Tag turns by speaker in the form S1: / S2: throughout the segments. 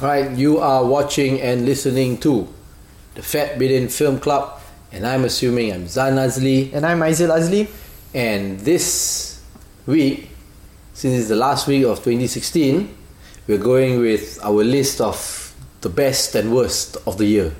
S1: Right, you are watching and listening to the Fat Bidden Film Club, and I'm assuming I'm Zan Azli.
S2: And I'm Aizil Azli.
S1: And this week, since it's the last week of 2016, we're going with our list of the best and worst of the year.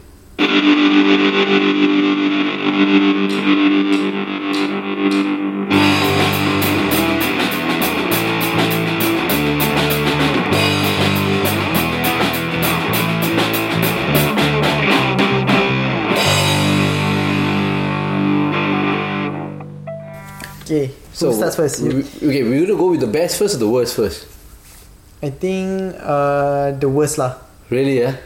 S2: Okay, so who starts first?
S1: we-
S2: You.
S1: okay, we're gonna go with the best first or the worst first?
S2: I think uh, the worst lah.
S1: Really, yeah?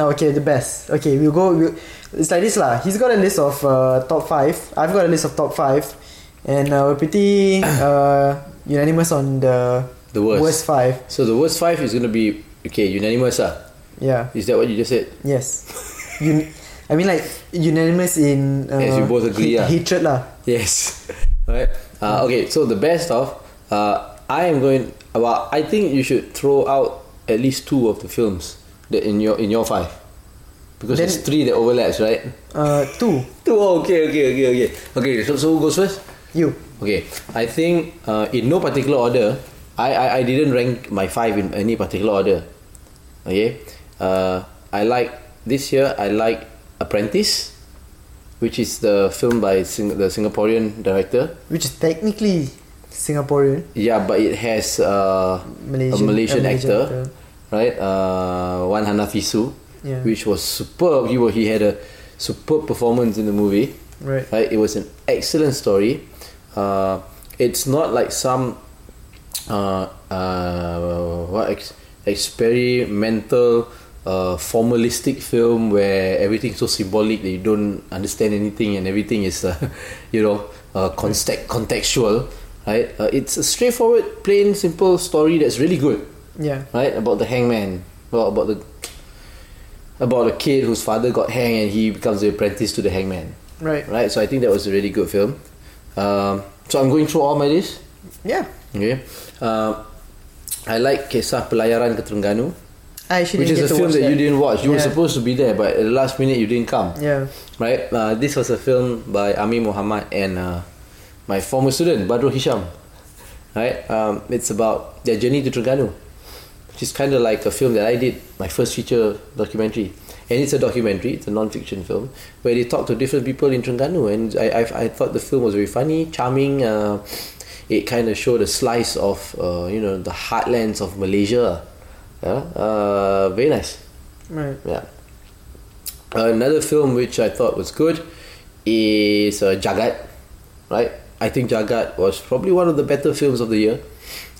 S2: Oh, okay, the best. Okay, we'll go. We'll, it's like this lah. He's got a list of uh, top five. I've got a list of top five, and uh, we're pretty uh, unanimous on the
S1: The worst.
S2: worst five.
S1: So the worst five is gonna be okay, unanimous, ah.
S2: Yeah.
S1: Is that what you just said?
S2: Yes. Un- I mean like unanimous in. Uh,
S1: Yes, we both agree, ah.
S2: hate- Hatred lah.
S1: Yes. right. Uh, okay. So the best of, uh, I am going. Well, I think you should throw out at least two of the films that in your in your five, because
S2: Then-
S1: there's three that overlaps, right?
S2: Uh, two.
S1: Two. oh, okay. Okay. Okay. Okay. Okay. So, so who goes first?
S2: You.
S1: Okay. I think uh, in no particular order. I, I I didn't rank my five in any particular order. Okay. Uh, I like this year. I like Apprentice, which is the film by Sing- the Singaporean director.
S2: which is technically Singaporean,
S1: Yeah, but it has uh,
S2: Malaysian,
S1: a Malaysian
S2: a Malaysian
S1: actor,
S2: actor.
S1: right? Uh, Wan Hanafisu,
S2: Yeah.
S1: which was superb. He wa- he had a superb performance in the movie.
S2: Right.
S1: It was an excellent story. Uh, it's not like some uh, uh, what ex- experimental. Uh, formalistic film where everything's so symbolic that you don't understand anything and everything is uh, you know uh, context contextual right uh, it's a straightforward plain simple story that's really good
S2: Yeah.
S1: right? About the hangman. Well, about the about a kid whose father got hanged and he becomes the apprentice to the hangman,
S2: Right.
S1: right? So I think that was a really good film. Um, so I'm going through all my list.
S2: Yeah.
S1: Okay, uh, I like Kisah Pelayaran ke Terengganu,
S2: I actually
S1: which is a
S2: didn't get to
S1: film
S2: watch
S1: that, you didn't watch. You were
S2: Yeah.
S1: supposed to be there, but at the last minute you didn't come.
S2: Yeah.
S1: Right? Uh, this was a film by Ami Muhammad and uh, my former student, Badrul Hisham. Right? Um, it's about their journey to Terengganu, which is kind of like a film that I did, my first feature documentary. And it's a documentary, it's a non fiction film, where they talk to different people in Terengganu. And I, I, I thought the film was very funny, charming. Uh, it kind of showed a slice of uh, you know the heartlands of Malaysia. Yeah? Uh, very nice.
S2: Right.
S1: Yeah. Another film which I thought was good is uh, Jagat, right? I think Jagat was probably one of the better films of the year.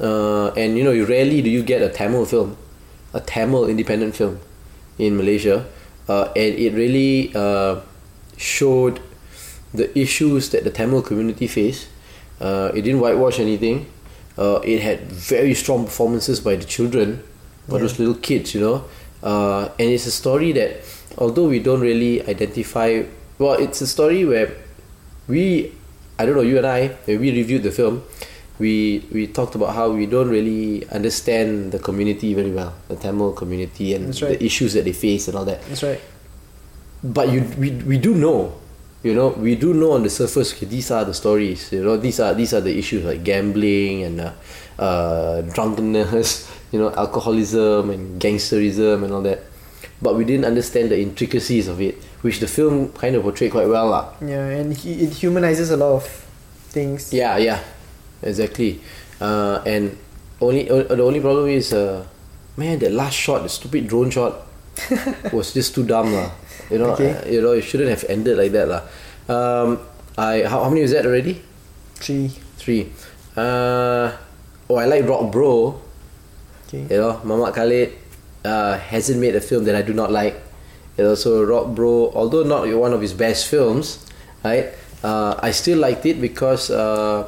S1: Uh, and you know, you rarely do you get a Tamil film, a Tamil independent film in Malaysia. Uh, and it really uh, showed the issues that the Tamil community face. Uh, it didn't whitewash anything. Uh, it had very strong performances by the children, by those little kids, you know. Uh, and it's a story that, although we don't really identify, well, it's a story where we, I don't know, you and I, when we reviewed the film, we we talked about how we don't really understand the community very well, the Tamil community and
S2: That's right.
S1: the issues that they face and all that
S2: That's right.
S1: but you we, we do know you know we do know on the surface okay, these are the stories you know these are these are the issues like gambling and uh, uh, drunkenness you know alcoholism and gangsterism and all that but we didn't understand the intricacies of it which the film kind of portrayed quite well lah.
S2: Yeah, and he, it humanizes a lot of things.
S1: Yeah, yeah, exactly. Uh, and only o- the only problem is, uh, man, that last shot, the stupid drone shot, was just too dumb, lah. You know,
S2: Okay.
S1: uh, you know, it shouldn't have ended like that, lah. Um, I how, how many is that already?
S2: Tree.
S1: Three. Uh, oh, I like Rock Bro.
S2: Okay.
S1: You know, Mamat Khalid uh, hasn't made a film that I do not like. You know, so Rock Bro, although not one of his best films, right? Uh, I still liked it because, uh,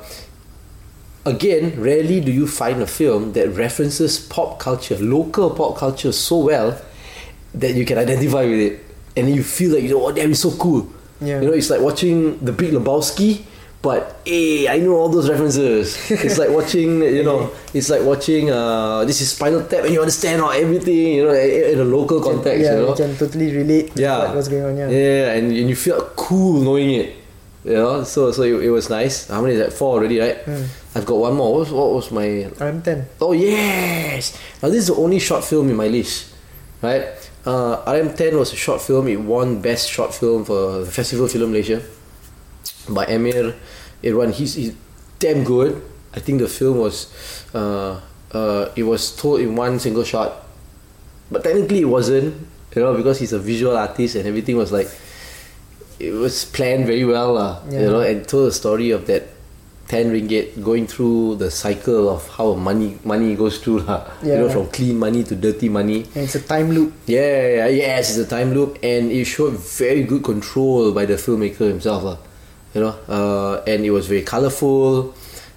S1: again, rarely do you find a film that references pop culture, local pop culture, so well that you can identify with it, and you feel like you know, oh, damn, it's so cool.
S2: Yeah.
S1: You know, it's like watching The Big Lebowski But hey, I know all those references. It's like watching, you know, it's like watching. Uh, this is Spinal Tap, and you understand all everything, you know, in a local context,
S2: yeah,
S1: you know.
S2: you can totally relate to
S1: Yeah.
S2: what was going on. Yeah.
S1: Yeah, and, and you feel cool knowing it. You know, so so it, it was nice. How many is that? Four already, right?
S2: Mm.
S1: I've got one more. What was, what was my?
S2: I'm ten.
S1: Oh yes! Now this is the only short film in my list, right? Uh, RM10 was a short film. It won best short film for Festival Film Malaysia by Amir Irwan. He's, he's damn good. I think the film was, uh, uh, it was told in one single shot, but technically it wasn't. You know, because he's a visual artist and everything was like, it was planned very well, lah.
S2: Yeah.
S1: You know, and told the story of that ten ringgit going through the cycle of how money money goes through, lah. You know,
S2: Yeah.
S1: from clean money to dirty money.
S2: And it's a time loop.
S1: Yeah, yeah, yes, it's a time loop, and it showed very good control by the filmmaker himself, lah. You know, uh, and it was very colorful.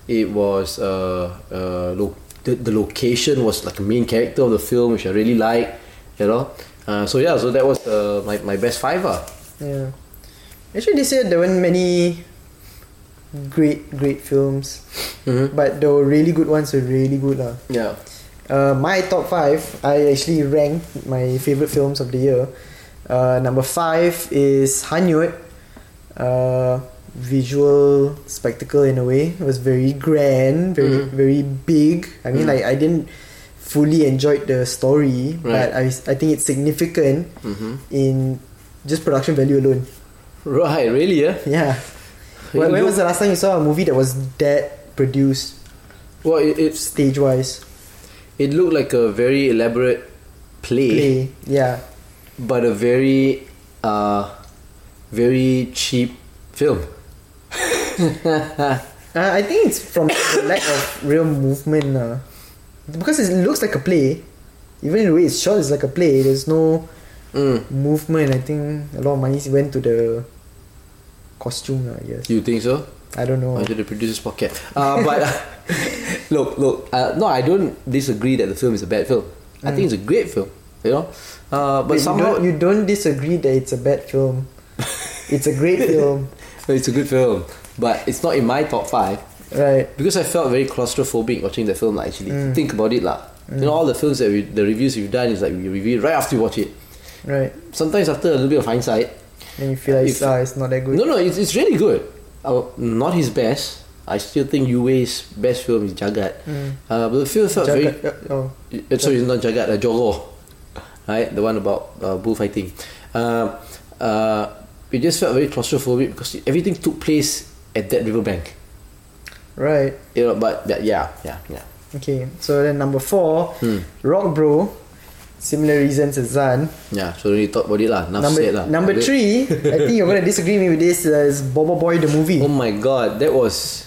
S1: It was uh, uh, lo- the, the location was like a main character of the film, which I really like. You know, uh, so yeah, so that was uh, my my best five, ah.
S2: Yeah. Actually, this year there weren't many great great films,
S1: Mhm.
S2: but the really good ones were really good lah.
S1: Yeah.
S2: Uh, my top five, I actually ranked my favorite films of the year. Uh, number five is Hanyut. Uh, visual spectacle in a way. It was very grand, very
S1: Mhm.
S2: very big. I mean,
S1: Mhm.
S2: like I didn't fully enjoy the story, but I I think it's significant
S1: hmm
S2: in just production value alone.
S1: Right. Really, yeah.
S2: Yeah. When, when was the last time you saw a movie that was that produced
S1: Well, it, it's
S2: stage wise?
S1: it looked like a very elaborate play.
S2: Play. Yeah.
S1: but a very uh very cheap film
S2: Uh, I think it's from the lack of real movement. Uh. Because it looks like a play. Even in the way it's shot, it's like a play. There's no
S1: mm.
S2: movement. I think a lot of money went to the costume, uh, I guess.
S1: you think so
S2: I don't know.
S1: Or did the producer's pocket uh, but look look uh, no i don't disagree that the film is a bad film i think it's a great film you know uh, but
S2: Mm. Wait,
S1: somehow
S2: you, don't, you don't disagree that it's a bad film. it's a great film.
S1: it's a good film but it's not in my top five
S2: Right.
S1: because I felt very claustrophobic watching the film. Like, actually,
S2: Mm.
S1: think about it, lah. You know, all the films that we, the reviews we've done is like we review it right after you watch it.
S2: Right.
S1: Sometimes after a little bit of hindsight,
S2: And you feel like it's,
S1: If-
S2: ah, it's not that good.
S1: no, no, it's, it's really good. Uh, not his best. I still think Uwe's best film is Jagat.
S2: Mm.
S1: Uh, but the film felt
S2: Jaga-
S1: very.
S2: uh, oh.
S1: Uh, sorry, it's not Jagat, uh, Jogo. Right? The one about uh, bullfighting. Uh, uh, it just felt very claustrophobic because everything took place at that riverbank.
S2: Right.
S1: You know, but but yeah, yeah, yeah.
S2: Okay. So then number four,
S1: Hmm.
S2: Rock Bro. Similar reasons as Zan.
S1: Yeah, so don't need to talk about it lah. Enough
S2: number
S1: said lah.
S2: number
S1: Wait.
S2: three, I think you're gonna disagree with me with this. Uh, is Bobo Boy the movie?
S1: Oh my god, that was.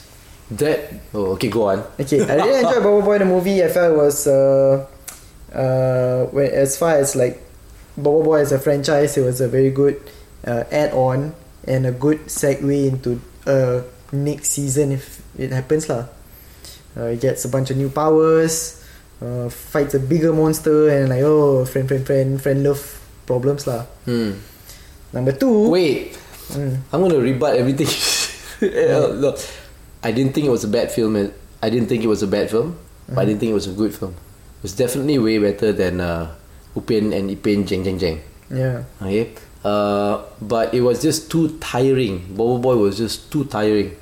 S1: That. Oh, okay, go on.
S2: Okay, I really enjoyed Bobo Boy the movie. I felt it was uh, uh, when, as far as like Bobo Boy as a franchise, it was a very good uh, add-on and a good segue into uh, next season if it happens lah. Uh, it gets a bunch of new powers, uh, fights a bigger monster, and like oh friend friend friend friend love problems lah.
S1: Hmm.
S2: Number two,
S1: Wait,
S2: Mm,
S1: I'm gonna rebut everything. Yeah, no. I didn't think it was a bad film. and- I didn't think it was a bad film, but I didn't think it was a good film. It was definitely way better than uh, Upin and Ipin Jeng Jeng Jeng.
S2: yeah,
S1: Okay, uh, but it was just too tiring. Bobo Boy was just too tiring.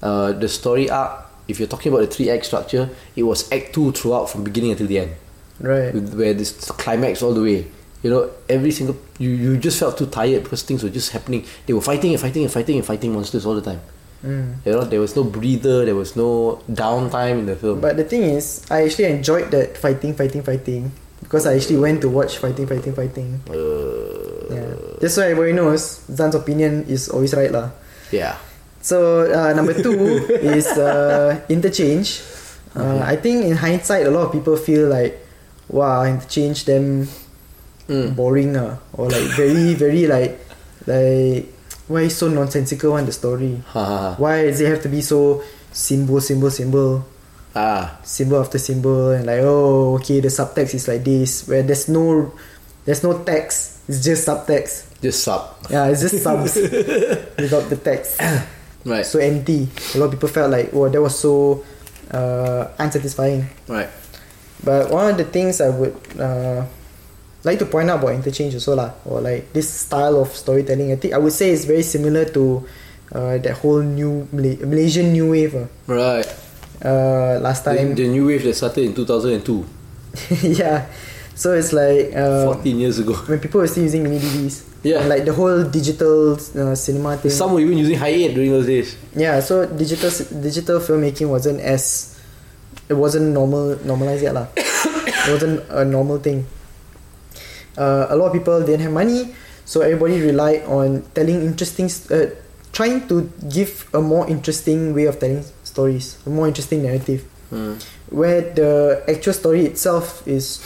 S1: Uh, the story arc, if you're talking about the three act structure, it was act two throughout from beginning until the end
S2: right.
S1: with- where this climax all the way. You know, every single you, you just felt too tired because things were just happening. They were fighting and fighting and fighting and fighting monsters all the time.
S2: Mm.
S1: You know, there was no breather, there was no downtime in the film.
S2: But the thing is, I actually enjoyed that fighting, fighting, fighting because I actually went to watch fighting, fighting, fighting. Yeah, that's why everybody knows Zan's opinion is always right lah.
S1: yeah.
S2: So uh, number two is uh, interchange. Uh, I think in hindsight, a lot of people feel like, wow, interchange them
S1: Mm.
S2: boring ah, or like very, very like like why so nonsensical one the story?
S1: Ha, ha, ha.
S2: Why does it have to be so symbol, symbol, symbol?
S1: Ah.
S2: symbol after symbol and like oh okay the subtext is like this where there's no there's no text it's just subtext
S1: Just sub.
S2: yeah it's just subs without the text
S1: Right.
S2: so empty. A lot of people felt like, oh, that was so uh, unsatisfying.
S1: right.
S2: But one of the things I would uh, like to point out about interchange also lah, or like this style of storytelling, I think I would say it's very similar to uh, that whole new Malay- Malaysian new wave ah.
S1: Right.
S2: uh, last
S1: The,
S2: time.
S1: the new wave that started in 2002,
S2: yeah, so it's like uh,
S1: 14 years ago.
S2: when people were still using mini DVDs.
S1: Yeah.
S2: And, like the whole digital uh, cinema thing.
S1: Some were even using high eight during those days.
S2: yeah, so digital digital filmmaking wasn't as it wasn't normal normalized yet lah. it wasn't a normal thing. Uh, a lot of people didn't have money, so everybody relied on telling interesting, s- uh, trying to give a more interesting way of telling stories, a more interesting narrative, where the actual story itself is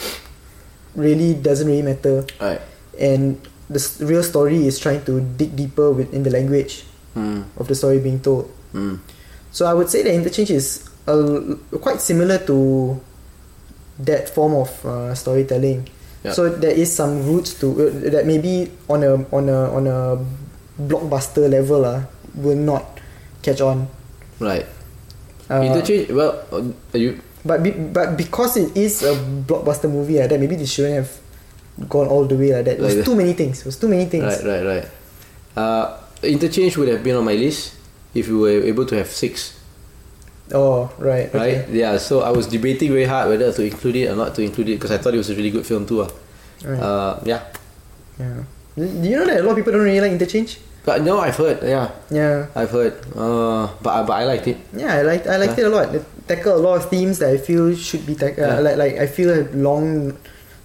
S2: really doesn't really matter,
S1: Right.
S2: and the s- real story is trying to dig deeper within the language
S1: Mm.
S2: of the story being told.
S1: Mm.
S2: So I would say the interchange is uh, quite similar to that form of uh, storytelling.
S1: Yeah.
S2: So there is some roots to uh, that maybe on a on a on a blockbuster level uh, will not catch on.
S1: Right.
S2: Uh,
S1: Interchange. Well, uh, you
S2: but be, but because it is a blockbuster movie like that, maybe they shouldn't have gone all the way like that. It was
S1: Like that.
S2: too many things. It was too many things.
S1: Right, right, right. Uh, interchange would have been on my list if we were able to have six,
S2: Oh right.
S1: right?
S2: Okay.
S1: Yeah. So I was debating very hard whether to include it or not to include it because I thought it was a really good film too. ah.
S2: Right.
S1: Uh, yeah.
S2: yeah. Do you know that a lot of people don't really like interchange?
S1: But no, I've heard. Yeah,
S2: Yeah.
S1: I've heard. Uh, but I- but I liked it.
S2: Yeah, I liked I liked
S1: Yeah.
S2: it a lot. It tackle a lot of themes that I feel should be tackled.
S1: Yeah.
S2: Uh, like like I feel have long,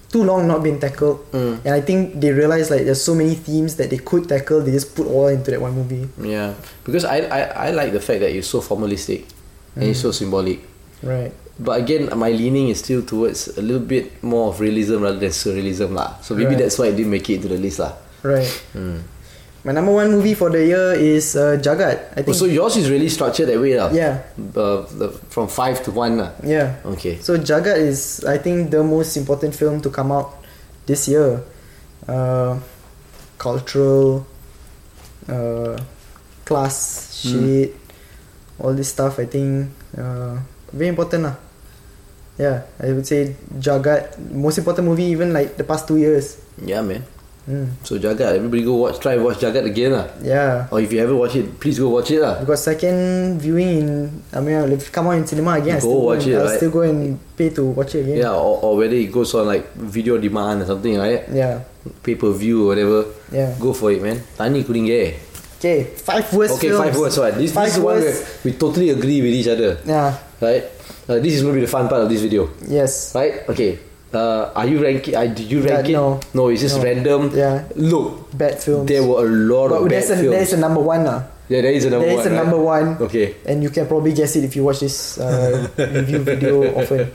S2: too long not been tackled.
S1: Mm.
S2: And I think they realize like there's so many themes that they could tackle. They just put all into that one movie.
S1: Yeah, because I I, I like the fact that it's so formalistic and it's so
S2: Mm.
S1: symbolic.
S2: Right.
S1: But again, my leaning is still towards a little bit more of realism rather than surrealism lah. So maybe
S2: Right.
S1: that's why it didn't make it into the list lah.
S2: Right. My number one movie for the year is uh, Jagat. I
S1: Oh,
S2: think.
S1: so yours is really structured that way lah.
S2: yeah.
S1: uh, the, from five to one. Uh.
S2: Yeah.
S1: Okay.
S2: So Jagat is I think the most important film to come out this year. Uh, cultural uh, class
S1: Hmm.
S2: shit all this stuff I think uh, very important lah. Yeah, I would say Jagat most important movie even like the past two years.
S1: Yeah, man.
S2: Mm.
S1: So Jagat, everybody go watch, try watch Jagat again lah.
S2: Yeah.
S1: Or if you haven't watched it, please go watch it lah.
S2: Because second viewing in I mean if it come out in cinema again I
S1: Go
S2: still go
S1: watch
S2: and,
S1: it,
S2: I'll
S1: right?
S2: still go and pay to watch it again.
S1: Yeah, or, or whether it goes on like video demand or something like that,
S2: Yeah.
S1: pay per view or whatever,
S2: Yeah.
S1: go for it, man. Tani couldn't get.
S2: Okay, five worst
S1: Okay,
S2: films.
S1: five words. Right? This,
S2: Five
S1: this is one
S2: worst-
S1: where we totally agree with each other,
S2: Yeah.
S1: right? Uh, this is gonna be the fun part of this video,
S2: Yes.
S1: right? Okay. Uh, are you ranking? Uh, did you rank
S2: Uh,
S1: it?
S2: no.
S1: no, it's just
S2: No.
S1: random.
S2: Yeah.
S1: Look,
S2: Bad films.
S1: there were a lot of
S2: But
S1: bad
S2: there's a
S1: films.
S2: there's a number one lah.
S1: yeah, there is a number
S2: There
S1: one.
S2: is a
S1: right?
S2: number one.
S1: Okay.
S2: And you can probably guess it if you watch this uh, review video often.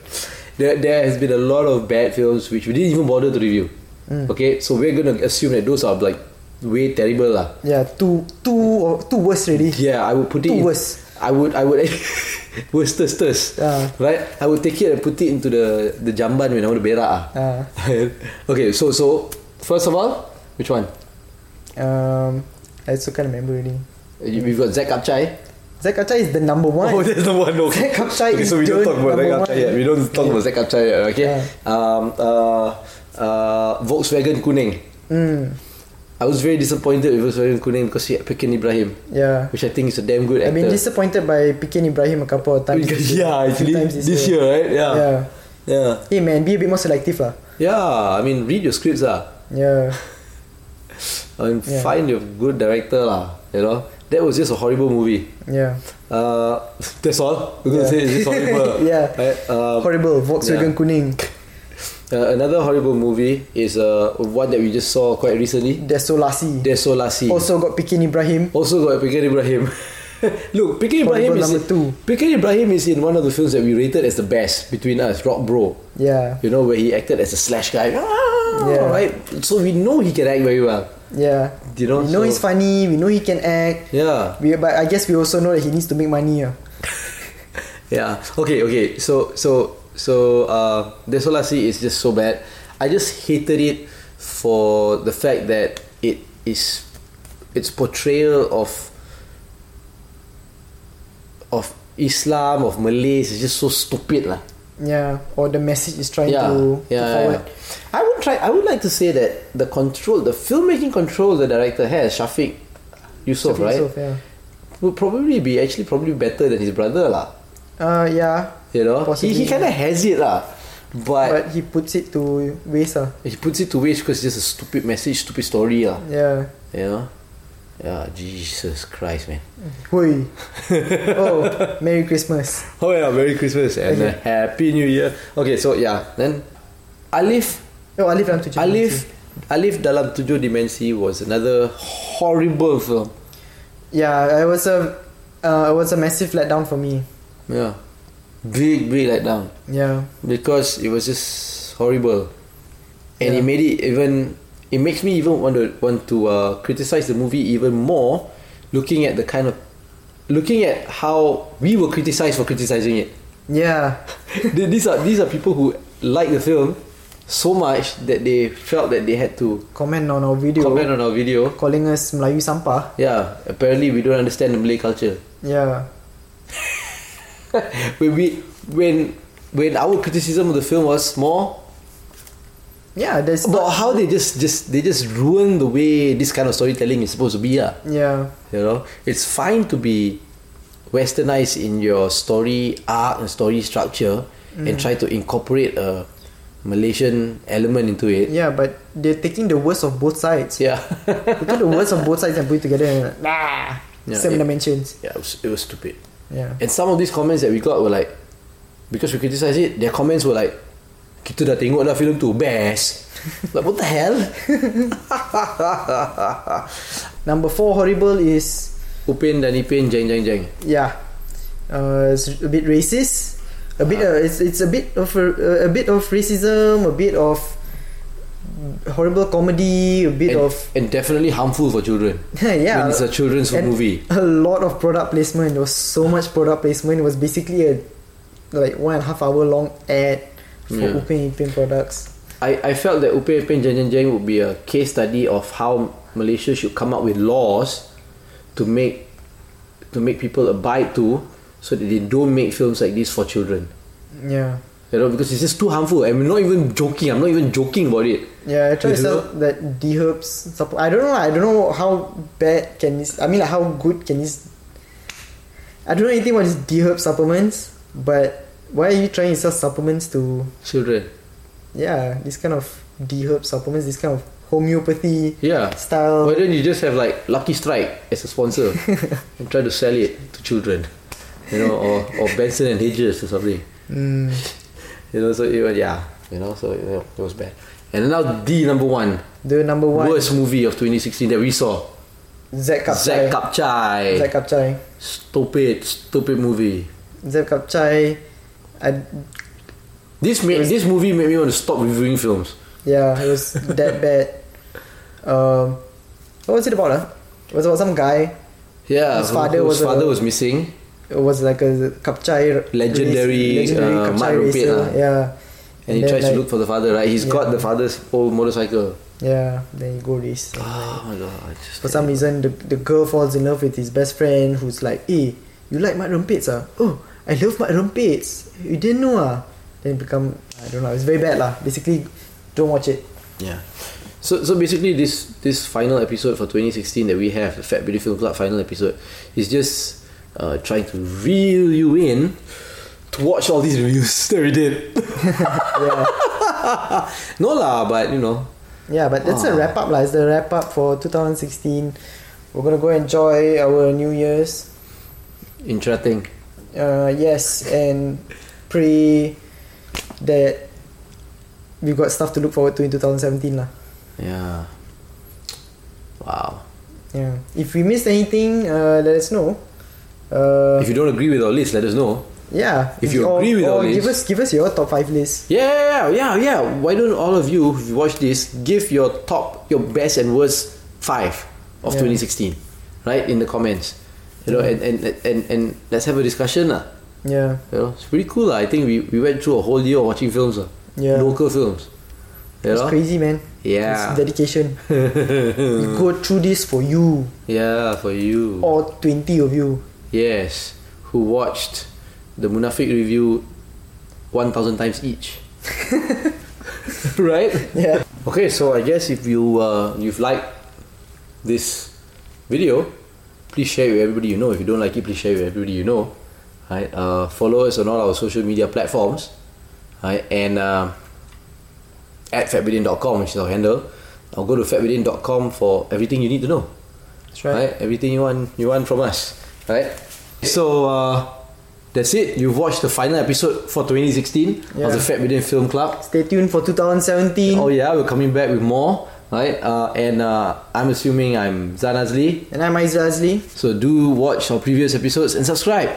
S1: There, there has been a lot of bad films which we didn't even bother to review.
S2: Mm.
S1: Okay, so we're gonna assume that those are like way terrible lah.
S2: Yeah, two two or two worst really.
S1: Yeah, I would put it.
S2: Two
S1: in-
S2: worst.
S1: I would, I would, worstest, worstest.
S2: Ah.
S1: Right? I would take it and put it into the the jamban when I want to berak. ah.
S2: Ah.
S1: okay, so so first of all, which one?
S2: Um, I also can't remember really.
S1: You- We've got Zack Upchai.
S2: Zack Achai is the number one.
S1: Oh, that's the one. Okay.
S2: Zack Upchai
S1: okay,
S2: is
S1: so we don't
S2: the
S1: talk about Zack
S2: number
S1: Upchai
S2: one.
S1: yet. We don't talk about Zack Upchai yet. Okay.
S2: Yeah.
S1: Um. Uh. Uh. Volkswagen Kuning.
S2: Mm,
S1: I was very disappointed with Volkswagen Kuning because he had Pekin Ibrahim,
S2: yeah.
S1: which I think is a damn good
S2: I've
S1: actor.
S2: been disappointed by Pekin Ibrahim a couple of times.
S1: Because-
S2: this year.
S1: yeah,
S2: Few
S1: actually,
S2: times
S1: this, year. right? Yeah. yeah,
S2: Yeah.
S1: yeah,
S2: Hey man, be a bit more selective lah.
S1: I mean, read your scripts, ah.
S2: Yeah.
S1: I mean,
S2: Yeah.
S1: find your good director, lah. You know, that was just a horrible movie.
S2: Yeah.
S1: Uh, that's all. We're gonna
S2: Yeah.
S1: say it's just horrible.
S2: Yeah.
S1: Right? Uh,
S2: Horrible
S1: yeah.
S2: Volkswagen Kuning.
S1: uh, another horrible movie is uh one that we just saw quite recently.
S2: Desolasi.
S1: Desolasi.
S2: Also got Pekin Ibrahim.
S1: Also got Pekin Ibrahim. Look, Pekin Ibrahim
S2: Horrible
S1: is
S2: number two.
S1: Pekin Ibrahim is in one of the films that we rated as the best between us, Rock Bro.
S2: Yeah.
S1: You know where he acted as a slash guy. Yeah. Right. So we know he can act very well.
S2: Yeah.
S1: You know.
S2: We know
S1: so-
S2: he's funny, we know he can act.
S1: Yeah.
S2: We, but I guess we also know that he needs to make money. ah. Yeah.
S1: Yeah. Okay. Okay. So so so uh, Desolasi is just so bad. I just hated it for the fact that it is its portrayal of of Islam of Malays is just so stupid lah.
S2: Yeah, or the message is trying
S1: Yeah,
S2: to, to
S1: yeah,
S2: forward.
S1: I would try. I would like to say that the control, the filmmaking control the director has, Shafiq Yusuf,
S2: Something
S1: right,
S2: so fair.
S1: would probably be actually probably better than his brother lah.
S2: Uh, yeah,
S1: You know,
S2: Possibly,
S1: he, he kind of has it lah, but,
S2: but he puts it to waste. ah.
S1: he puts it to waste because it's just a stupid message, stupid story lah.
S2: Yeah.
S1: You know, yeah, Jesus Christ, man.
S2: Hui. oh, Merry Christmas.
S1: Oh yeah, Merry Christmas and a
S2: Okay.
S1: Happy New Year. Okay, so yeah, then Alif
S2: Oh, Alif dalam tujuh.
S1: Alif Alif dalam tujuh dimensi was another horrible film.
S2: Yeah, it was a uh, it was a massive letdown for me.
S1: Yeah, big big letdown
S2: Yeah.
S1: because it was just horrible, and it
S2: Yeah.
S1: made it even it makes me even want to want to uh, criticize the movie even more, looking at the kind of looking at how we were criticized for criticizing it.
S2: Yeah.
S1: Th- these are these are people who like the film so much that they felt that they had to
S2: Comment on our video
S1: comment on our video.
S2: calling us Melayu sampah.
S1: Yeah, apparently we don't understand the Malay culture.
S2: Yeah.
S1: when we when when our criticism of the film was more
S2: Yeah, there's
S1: about
S2: not-
S1: how they just just they just ruin the way this kind of storytelling is supposed to be. Yeah,
S2: Yeah.
S1: you know, it's fine to be westernized in your story arc and story structure and try to incorporate a Malaysian element into it.
S2: Yeah, but they're taking the worst of both sides.
S1: Yeah.
S2: They took the worst of both sides and put it together and like, ah,
S1: Yeah,
S2: seven
S1: it-
S2: dimensions.
S1: Yeah, it was, it was stupid.
S2: Yeah.
S1: And some of these comments that we got were like, because we criticise it, their comments were like, kita dah tengok dah film tu, best. like, what the hell?
S2: Number four horrible is
S1: Upin dan Ipin, jeng jeng jeng.
S2: yeah, uh, it's a bit racist. A bit, uh, it's it's a bit of a, a bit of racism, a bit of horrible comedy, a bit
S1: And,
S2: of
S1: and definitely harmful for children.
S2: yeah,
S1: When it's a children's
S2: and
S1: movie.
S2: a lot of product placement. There was so much product placement. It was basically a like one and a half hour long ad for
S1: Yeah.
S2: Upin Ipin products.
S1: I, I felt that Upin Ipin Jeng Jeng Jeng would be a case study of how Malaysia should come up with laws to make to make people abide to so that they don't make films like this for children.
S2: Yeah,
S1: You know, because it's just too harmful. I'm not even joking. I'm not even joking about it.
S2: yeah. I
S1: You
S2: tried to sell that D herbs. supp- I don't know. lah. I don't know how bad can this. I mean, like how good can this. I don't know anything about these D herb supplements, but why are you trying to sell supplements to
S1: Children.
S2: yeah this kind of D herb supplements, this kind of homeopathy
S1: Yeah.
S2: style?
S1: Why don't you just have like Lucky Strike as a sponsor and try to sell it to children? You know, or, or Benson and Hedges or something.
S2: Mm,
S1: You know, so it, was- yeah. You know, so you know, it was bad. And now the number one
S2: the number one
S1: worst movie of 2016 that we saw.
S2: Zack Kapchai.
S1: Zack Kapchai.
S2: Zeb Kapchai.
S1: Stupid, stupid movie.
S2: Zeb Kapchai. I,
S1: This made, this movie made me want to stop reviewing films.
S2: yeah, it was that bad. Um, what was it about? Huh? It was about some guy.
S1: Yeah,
S2: His father
S1: whose
S2: was a-
S1: father was missing.
S2: It was like a Kapchai. race-
S1: Legendary,
S2: legendary
S1: uh, Mat
S2: Kapchai
S1: Rupiah
S2: racer.
S1: lah.
S2: Yeah.
S1: And, he
S2: then,
S1: tries
S2: like,
S1: to look for the father, right? He's got
S2: Yeah.
S1: the father's old motorcycle.
S2: Yeah, then he go race.
S1: Oh my god. Just
S2: For some reason, the, the girl falls in love with his best friend who's like, Hey, you like Mat Rumpits? Ah? Oh, I love Mat Rumpits. You didn't know? Ah? Then it become, I don't know, it's very bad. lah. Basically, don't watch it.
S1: Yeah. So so basically this this final episode for 2016 that we have the Fat Beauty Film Club final episode is just uh, trying to reel you in to watch all these reviews that we did.
S2: Yeah.
S1: no lah, but you know
S2: Yeah, but that's
S1: Ah.
S2: a wrap up, lah. It's the wrap up for 2016. We're gonna go enjoy our New Year's.
S1: interesting.
S2: Uh, yes, and pray that we got stuff to look forward to in 2017, lah.
S1: Yeah. Wow.
S2: Yeah. If we missed anything, uh, let us know. Uh,
S1: If you don't agree with our list, let us know.
S2: yeah.
S1: if you
S2: or,
S1: agree with
S2: or
S1: all
S2: give
S1: this-
S2: us give us your top five list.
S1: Yeah, yeah, yeah, yeah. Why don't all of you who watch this give your top, your best and worst five of
S2: Yeah.
S1: 2016, right? In the comments, you know, and and and and let's have a discussion, lah.
S2: Yeah.
S1: You know, it's pretty cool, lah. I think we, we went through a whole year of watching films, lah.
S2: Yeah.
S1: Local films, you
S2: It's
S1: know.
S2: crazy, man.
S1: Yeah.
S2: It's dedication. we go through this for you,
S1: Yeah, for you.
S2: all 20 of you.
S1: Yes. who watched the Munafik review 1,000 times each. right?
S2: Yeah.
S1: Okay, so I guess if you uh, you've liked this video, please share it with everybody you know. If you don't like it, please share it with everybody you know. Right? Uh, follow us on all our social media platforms. Right? And uh, at fatbidin.com, which is our handle. Or go to fatbidin.com for everything you need to know.
S2: That's
S1: Right?
S2: right.
S1: Everything you want, you want from us. Right? So uh, that's it. You've watched the final episode for 2016 of
S2: Yeah.
S1: the Fat Bidin Film Club.
S2: Stay tuned for 2017.
S1: Oh yeah, we're coming back with more, right? Uh, and uh, I'm assuming I'm Zanazli.
S2: And I'm Aiz Azli.
S1: So do watch our previous episodes and subscribe.